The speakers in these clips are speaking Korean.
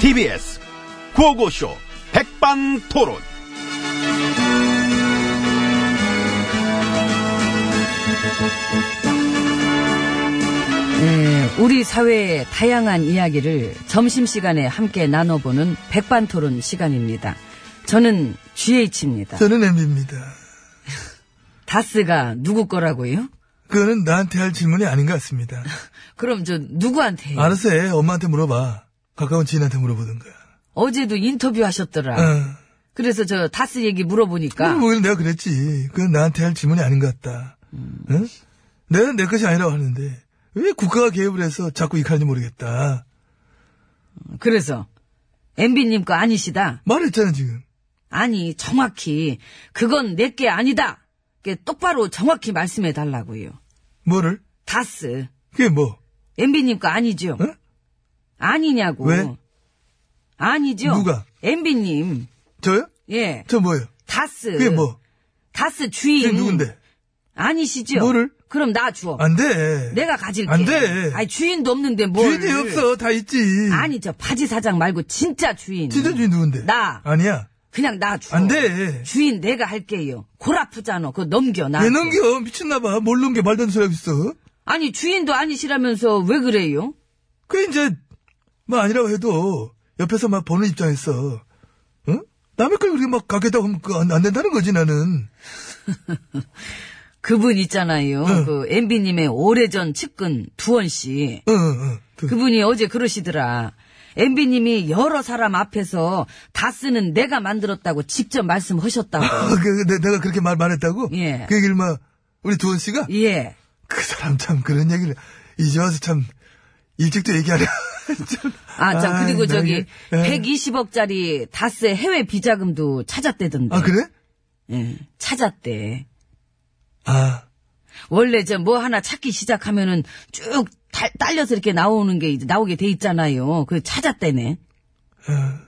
TBS 구호고쇼 백반토론. 네, 우리 사회의 다양한 이야기를 점심시간에 함께 나눠보는 백반토론 시간입니다. 저는 GH입니다. 저는 엠비입니다. 다스가 누구 거라고요? 그거는 나한테 할 질문이 아닌 것 같습니다. 그럼 저 누구한테? 요 알아서 해. 엄마한테 물어봐. 가까운 지인한테 물어보든가. 어제도 인터뷰하셨더라. 응. 아, 그래서 저 다스 얘기 물어보니까 물어보길 내가 그랬지. 그건 나한테 할 질문이 아닌 것 같다. 음. 응? 내가 내 것이 아니라고 하는데 왜 국가가 개입을 해서 자꾸 이탈는지 모르겠다. 그래서 MB님 거 아니시다. 말했잖아 지금. 아니 정확히 그건 내게 아니다. 이렇게 똑바로 정확히 말씀해 달라고요. 뭐를? 다스 그게 뭐? MB님 거 아니죠? 응? 아니냐고. 왜? 아니죠? 누가? MB님. 저요? 예. 저 뭐요? 다스. 그게 뭐? 다스 주인. 그게 누군데? 아니시죠? 뭐를? 그럼 나 줘. 안 돼. 내가 가질게. 안 돼. 아니, 주인도 없는데 네. 뭘. 주인이 없어. 다 있지. 아니, 저 파지 사장 말고 진짜 주인. 진짜 주인 누군데? 나. 아니야. 그냥 나 줘. 안 돼. 주인 내가 할게요. 골 아프잖아. 그거 넘겨, 나. 왜 넘겨? 미쳤나봐. 뭘 넘겨? 말도 안 되는 소리 하고 있어. 아니, 주인도 아니시라면서 왜 그래요? 그 이제 뭐 아니라고 해도 옆에서 막 보는 입장에서 응? 남의 걸 그렇게 막 가겠다고 하면 그거 안, 안 된다는 거지 나는 그분 있잖아요. 응. 그, MB님의 오래전 측근, 두원 씨. 응응 그, 그분이 어제 그러시더라. MB님이 여러 사람 앞에서 다 쓰는 내가 만들었다고 직접 말씀하셨다고. 아, 그- 내, 내가 그렇게 말 말했다고 예. 그 얘기를 막 우리 두원 씨가 예. 그 사람 참 그런 얘기를 이제 와서 참 일찍도 얘기하려 참. 아, 참, 그리고 아이, 나 저기, 이게, 예. 120억짜리 다스 해외 비자금도 찾았대던데. 아 그래 예, 찾았대. 아 원래 저 뭐 하나 찾기 시작하면은 쭉 달- 딸려서 이렇게 나오는 게, 이제 나오게 돼 있잖아요. 그 찾았대네. 어.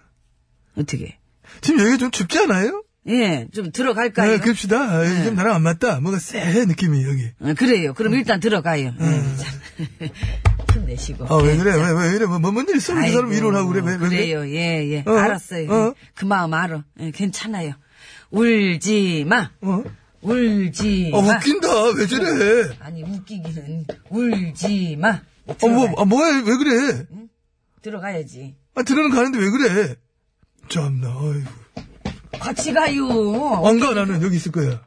어떻게. 지금 여기가 좀 춥지 않아요? 예, 좀 들어갈까요? 네, 그럽시다. 아, 이게 좀 나랑 안 맞다. 뭔가 쎄 느낌이 여기. 어, 그래요. 그럼 일단 들어가요. 음. 예, 자. 힘내시고. 아 왜 그래? 왜 왜 이래? 뭐 뭔 일 있어? 이 사람 네. 아이고, 위로를 하고 그래? 왜, 왜 그래? 그래요, 예, 예. 어? 알았어요. 어? 그 마음 알아. 예, 괜찮아요. 울지 마. 어? 울지 아, 마. 웃긴다. 왜 저래? 아니, 웃기기는. 울지 마. 아, 뭐, 들어가야, 아, 뭐야, 왜 그래? 들어가야지. 아, 들어는 가는데 왜 그래? 참나, 어이구. 같이 가요. 안 가, 나는 여기 있을 거야.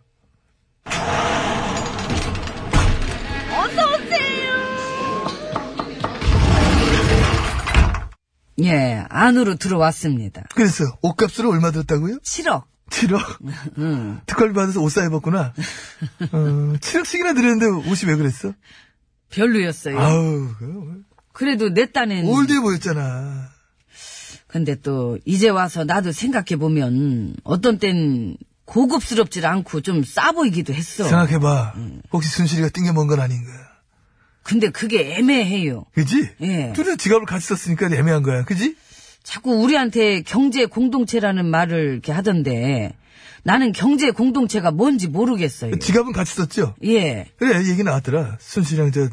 예, 안으로 들어왔습니다. 그래서, 옷값으로 얼마 들었다고요? 7억. 7억. 특활비 받아서 옷 사입었구나. 어, 7억씩이나 들였는데 옷이 왜 그랬어? 별로였어요. 아우, 뭐, 그래도 내 딴엔. 올드해 보였잖아. 근데 또, 이제 와서 나도 생각해보면, 어떤 땐 고급스럽질 않고 좀 싸 보이기도 했어. 생각해봐. 혹시 순실이가 띵겨 먹은 건 아닌 거야. 근데 그게 애매해요. 그지? 예. 둘이 지갑을 같이 썼으니까 애매한 거야. 그지? 자꾸 우리한테 경제 공동체라는 말을 이렇게 하던데 나는 경제 공동체가 뭔지 모르겠어요. 지갑은 같이 썼죠? 예. 그래, 얘기 나왔더라. 순실이랑 저,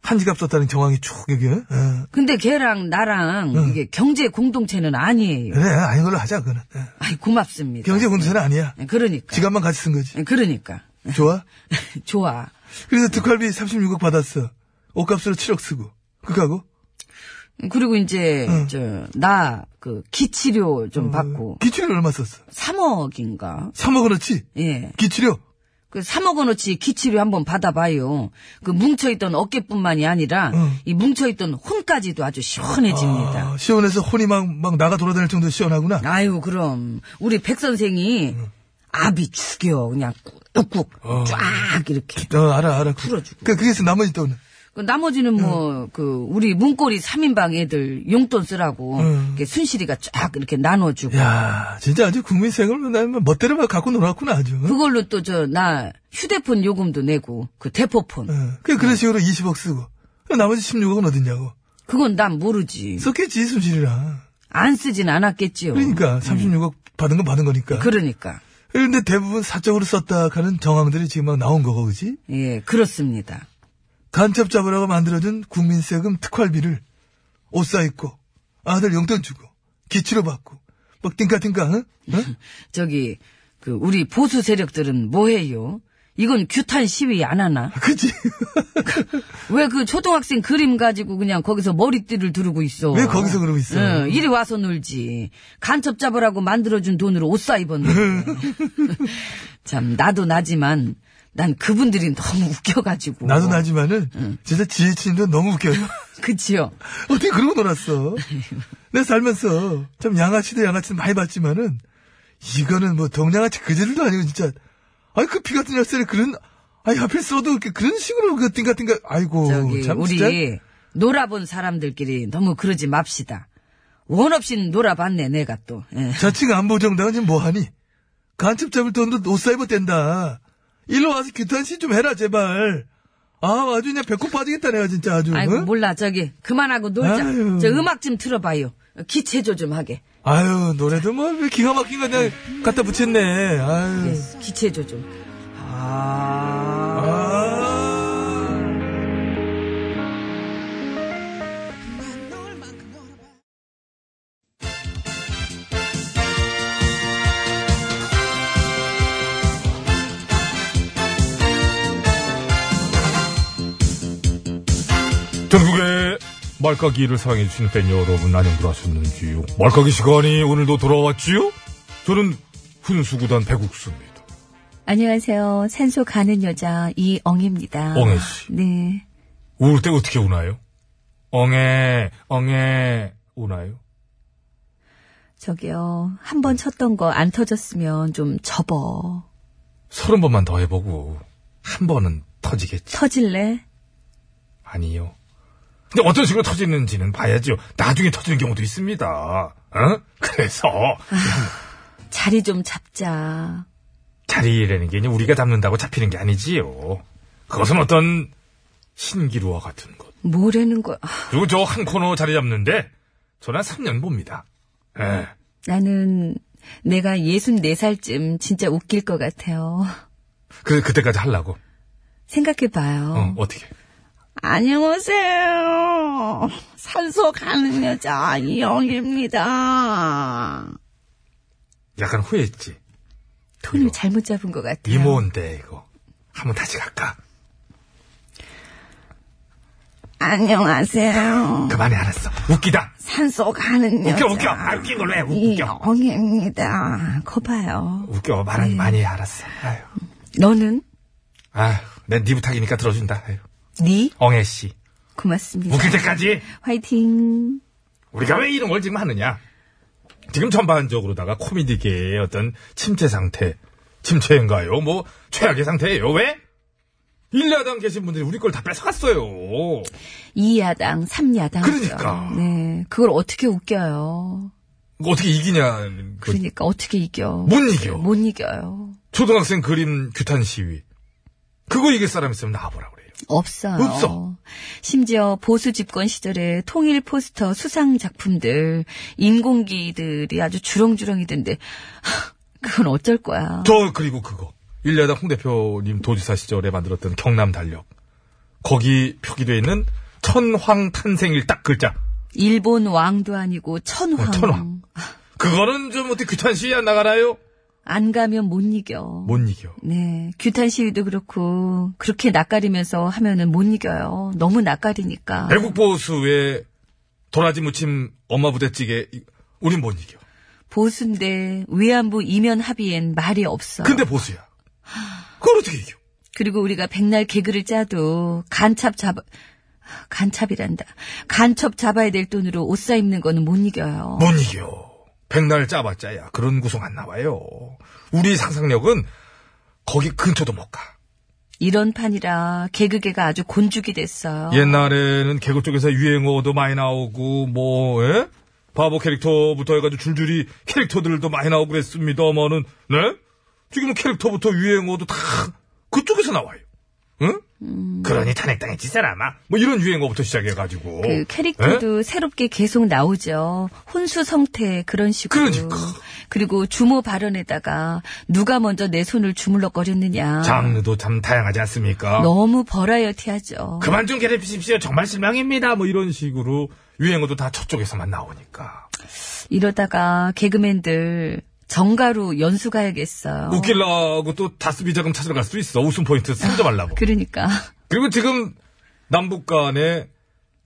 한 지갑 썼다는 정황이 쭉 여기, 어? 어. 근데 걔랑 나랑 이게 경제 공동체는 아니에요. 그래, 아닌 걸로 하자, 그거는. 어. 아이 고맙습니다. 경제 공세는 아니야. 그러니까. 지갑만 같이 쓴 거지. 그러니까. 좋아? 좋아. 그래서 특활비 36억 받았어. 옷값으로 7억 쓰고. 그거하고? 그리고 이제 응. 저 나 그 기치료 좀 받고 기출료 얼마 썼어? 3억인가? 3억 원어치? 예. 기출료? 그 3억 원어치 기치료 한번 받아봐요. 그 뭉쳐있던 어깨뿐만이 아니라 응. 이 뭉쳐있던 혼까지도 아주 시원해집니다. 아, 시원해서 혼이 막, 막 나가 돌아다닐 정도로 시원하구나. 아유, 그럼. 우리 백 선생이 압이 죽여. 그냥 꾹꾹 쫙 이렇게. 어, 알아, 알아. 풀어주고. 그, 그래서 나머지 돈은? 그 나머지는 뭐, 그, 우리 문고리 3인방 애들 용돈 쓰라고. 음. 이렇게 순실이가 쫙 이렇게 나눠주고. 야 진짜 아주 국민 생활을 나 멋대로 막 갖고 놀았구나, 아주. 어? 그걸로 또 저, 나 휴대폰 요금도 내고, 그 대포폰. 그, 그런 식으로 20억 쓰고. 그 나머지 16억은 어딨냐고. 그건 난 모르지. 썼겠지, 순실이랑. 안 쓰진 않았겠지요. 그러니까, 36억 받은 건 받은 거니까. 그러니까. 그런데 대부분 사적으로 썼다 하는 정황들이 지금 막 나온 거고, 그지? 예, 그렇습니다. 간첩 잡으라고 만들어준 국민세금 특활비를 옷 사입고 아들 용돈 주고 기치로 받고 막 띵까띵까 응? 응? 저기, 그, 우리 보수 세력들은 뭐 해요? 이건 규탄 시위 안 하나? 아, 그치? 왜 그 초등학생 그림 가지고 그냥 거기서 머리띠를 두르고 있어? 왜 거기서 그러고 있어? 응, 이리 와서 놀지. 간첩 잡으라고 만들어준 돈으로 옷 사 입었는데. 참, 나도 나지만, 난 그분들이 너무 웃겨가지고. 나도 나지만은 진짜 지혜친도 너무 웃겨요. 그치요? 어떻게 그러고 놀았어? 내 살면서 참 양아치도 양아치는 많이 봤지만은 이거는 뭐 동양아치 그제들도 아니고 진짜 아니 그 피 같은 열쇠를 그런 아니 하필 써도 이렇게 그런 식으로 그 띵가띵가 아이고 저기, 참 우리, 진짜 놀아본 사람들끼리 너무 그러지 맙시다. 원 없이 놀아봤네, 내가 또. 예. 자칭 안보정당은 지금 뭐하니? 간첩 잡을 돈도 옷 사입어 뗀다. 일로 와서 규탄 시좀 해라 제발. 아 아주 그냥 배꼽 빠지겠다 내가 진짜 아주. 아이고, 뭐. 응? 몰라, 저기, 그만하고 놀자. 아유. 저 음악 좀 틀어봐요. 기체조 좀 하게. 아유 노래도 뭐 왜 기가 막힌 거 그냥 갖다 붙였네. 아유. 예, 음. 기체조 좀. 아. 전국의 말까기를 사랑해주시는 팬 여러분, 안녕 들하셨는지요 말까기 시간이 오늘도 돌아왔지요? 저는 훈수구단 배국수입니다. 안녕하세요. 산소 가는 여자 이엉입니다. 엉애씨. 네. 울 때 어떻게 우나요? 엉애, 엉애, 우나요? 저기요. 한 번 쳤던 거 안 터졌으면 좀 접어. 서른 번만 더 해보고, 한 번은 터지겠지. 터질래? 아니요. 근데 어떤 식으로 터지는지는 봐야죠. 나중에 터지는 경우도 있습니다. 어? 그래서, 자리 좀 잡자. 자리라는 게 이제 우리가 잡는다고 잡히는 게 아니지요. 그것은 어떤 신기루와 같은 것. 뭐라는 거야. 아, 그리고 저 한 코너 자리 잡는데 저는 한 3년 봅니다. 예. 나는 내가 64살쯤 진짜 웃길 것 같아요. 그 그때까지 하려고. 생각해봐요. 어, 어떻게? 안녕하세요. 산소 가는 여자 이영입니다. 약간 후회했지. 톤을 잘못 잡은 것 같아요. 이모인데 이거. 한번 다시 갈까? 안녕하세요. 그만해 알았어. 웃기다. 산소 가는 여자 웃겨 웃겨. 아, 웃긴 걸로 해. 웃- 웃겨. 이영입니다. 거봐요. 웃겨. 말은 많이 해, 알았어. 아유. 너는 아유. 내네 부탁이니까 들어준다. 아유. 니 엉애 씨. 고맙습니다. 웃길 때까지 화이팅. 우리가 왜 이런 걸 지금 하느냐? 지금 전반적으로다가 코미디계의 어떤 침체 상태, 침체인가요? 뭐, 최악의 상태예요. 왜? 일야당 계신 분들이 우리 걸 다 뺏어갔어요. 2야당, 3야당. 그러니까. 네. 그걸 어떻게 웃겨요. 이거 어떻게 이기냐는, 그, 그러니까 어떻게 이겨. 못 이겨. 못 이겨요. 초등학생 그림 규탄 시위. 그거 이길 사람 있으면 나와보라 그래요. 없어요. 없어. 심지어 보수 집권 시절에 통일 포스터 수상 작품들, 인공기들이 아주 주렁주렁이던데, 그건 어쩔 거야. 저, 그리고 그거. 일야당 홍 대표님 도지사 시절에 만들었던 경남 달력. 거기 표기돼 있는 천황 탄생일 딱 글자. 일본 왕도 아니고 천황. 어, 천황. 그거는 좀 어떻게 규탄 시위 안 나가나요? 안 가면 못 이겨. 못 이겨. 네. 규탄 시위도 그렇고, 그렇게 낯가리면서 하면은 못 이겨요. 너무 낯가리니까. 네. 애국보수의 도라지 무침 엄마 부대찌개 이- 우린 못 이겨. 보수인데, 위안부 이면 합의엔 말이 없어. 근데 보수야. 그걸 어떻게 이겨? 그리고 우리가 백날 개그를 짜도 간첩 잡아 간첩이란다. 간첩 잡아야 될 돈으로 옷 사 입는 거는 못 이겨요. 못 이겨. 백날 짜봤자야 그런 구성 안 나와요. 우리 상상력은 거기 근처도 못 가. 이런 판이라 개그계가 아주 곤죽이 됐어요. 옛날에는 개그 쪽에서 유행어도 많이 나오고 뭐 예? 바보 캐릭터부터 해가지고 줄줄이 캐릭터들도 많이 나오고 그랬습니다마는 네? 지금은 캐릭터부터 유행어도 다 그쪽에서 나와요. 응? 음. 그러니 탄핵당했지 사람아. 뭐 이런 유행어부터 시작해가지고 예? 그 캐릭터도 새롭게 계속 나오죠. 혼수 성태 그런 식으로. 그러니까. 리고 주모 발언에다가 누가 먼저 내 손을 주물럭거렸느냐. 예? 장르도 참 다양하지 않습니까? 너무 버라이어티하죠. 그만 좀 괴롭히십시오. 정말 실망입니다. 뭐 이런 식으로 유행어도 다 저쪽에서만 나오니까 이러다가 개그맨들 정가로 연수 가야겠어요. 웃기려고 또 다수비 자금 찾으러 갈 수도 있어. 웃음 포인트 삼지 말라고. 그러니까. 그리고 지금 남북 간에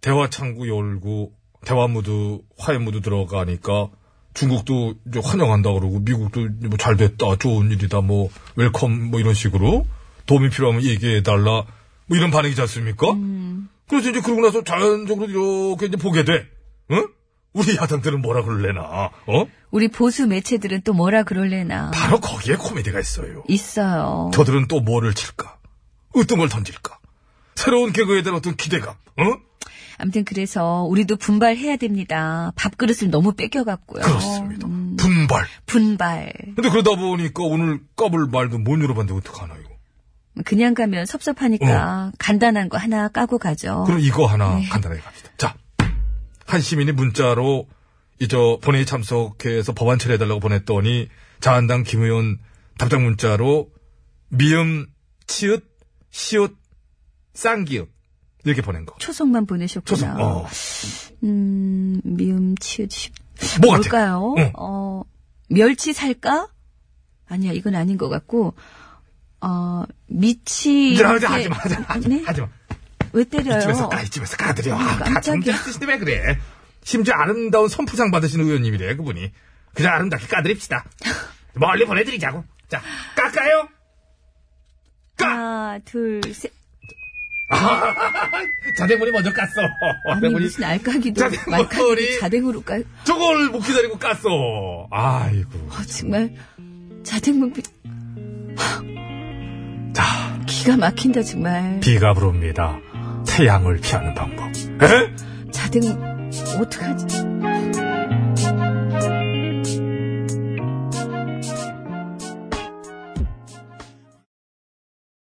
대화 창구 열고 대화 무드 화해 무드 들어가니까 중국도 이제 환영한다 그러고 미국도 뭐 잘 됐다 좋은 일이다 뭐 웰컴 뭐 이런 식으로 도움이 필요하면 얘기해 달라 뭐 이런 반응이지 않습니까? 그래서 이제 그러고 나서 자연적으로 이렇게 이제 보게 돼. 응? 우리 야당들은 뭐라 그럴래나? 어? 우리 보수 매체들은 또 뭐라 그럴래나. 바로 거기에 코미디가 있어요. 있어요. 저들은 또 뭐를 칠까? 어떤 걸 던질까? 새로운 개그에 대한 어떤 기대감, 어? 아무튼 그래서 우리도 분발해야 됩니다. 밥그릇을 너무 뺏겨갔고요. 그렇습니다. 음. 분발. 분발. 근데 그러다 보니까 오늘 까불 말도 못 열어봤는데 어떡하나, 이거. 그냥 가면 어. 섭섭하니까 간단한 거 하나 까고 가죠. 그럼 이거 하나 네. 간단하게 갑시다. 자. 한 시민이 문자로, 이, 저, 본회의 참석해서 법안 처리해달라고 보냈더니, 자한당 김 의원 답장 문자로, 미음, 치읓, 시읓, 쌍기읓. 이렇게 보낸 거. 초성만 보내셨구나. 초성, 어. 음, 미음 치읓 십. 뭐 같아? 뭘까요? 응. 어, 멸치 살까? 아니야, 이건 아닌 것 같고. 어, 미치. 야, 이렇게- 야, 하지 마, 하지 마, 하지 마. 네? 하지 마. 왜 때려요? 이쯤에서 까, 이쯤에서 까드려. 아, 네. 깜짝이야. 다 정자 있으시네, 왜 그래. 심지어 아름다운 선풍상 받으신 의원님이래, 그분이. 그냥 아름답게 까드립시다. 멀리 보내드리자고. 자, 깎아요! 까! 하나, 둘, 셋. 자대문이 먼저 깠어. 아니, 자대문이 무슨 알까기도. 자댕 말까기도 머리. 자댕으로 까. 저걸 못 기다리고 깠어. 아이고. 어, 정말. 자댕문비. 자, 기가 막힌다, 정말. 비가 부릅니다. 태양을 피하는 방법. 에? 자댕, 어떡하지?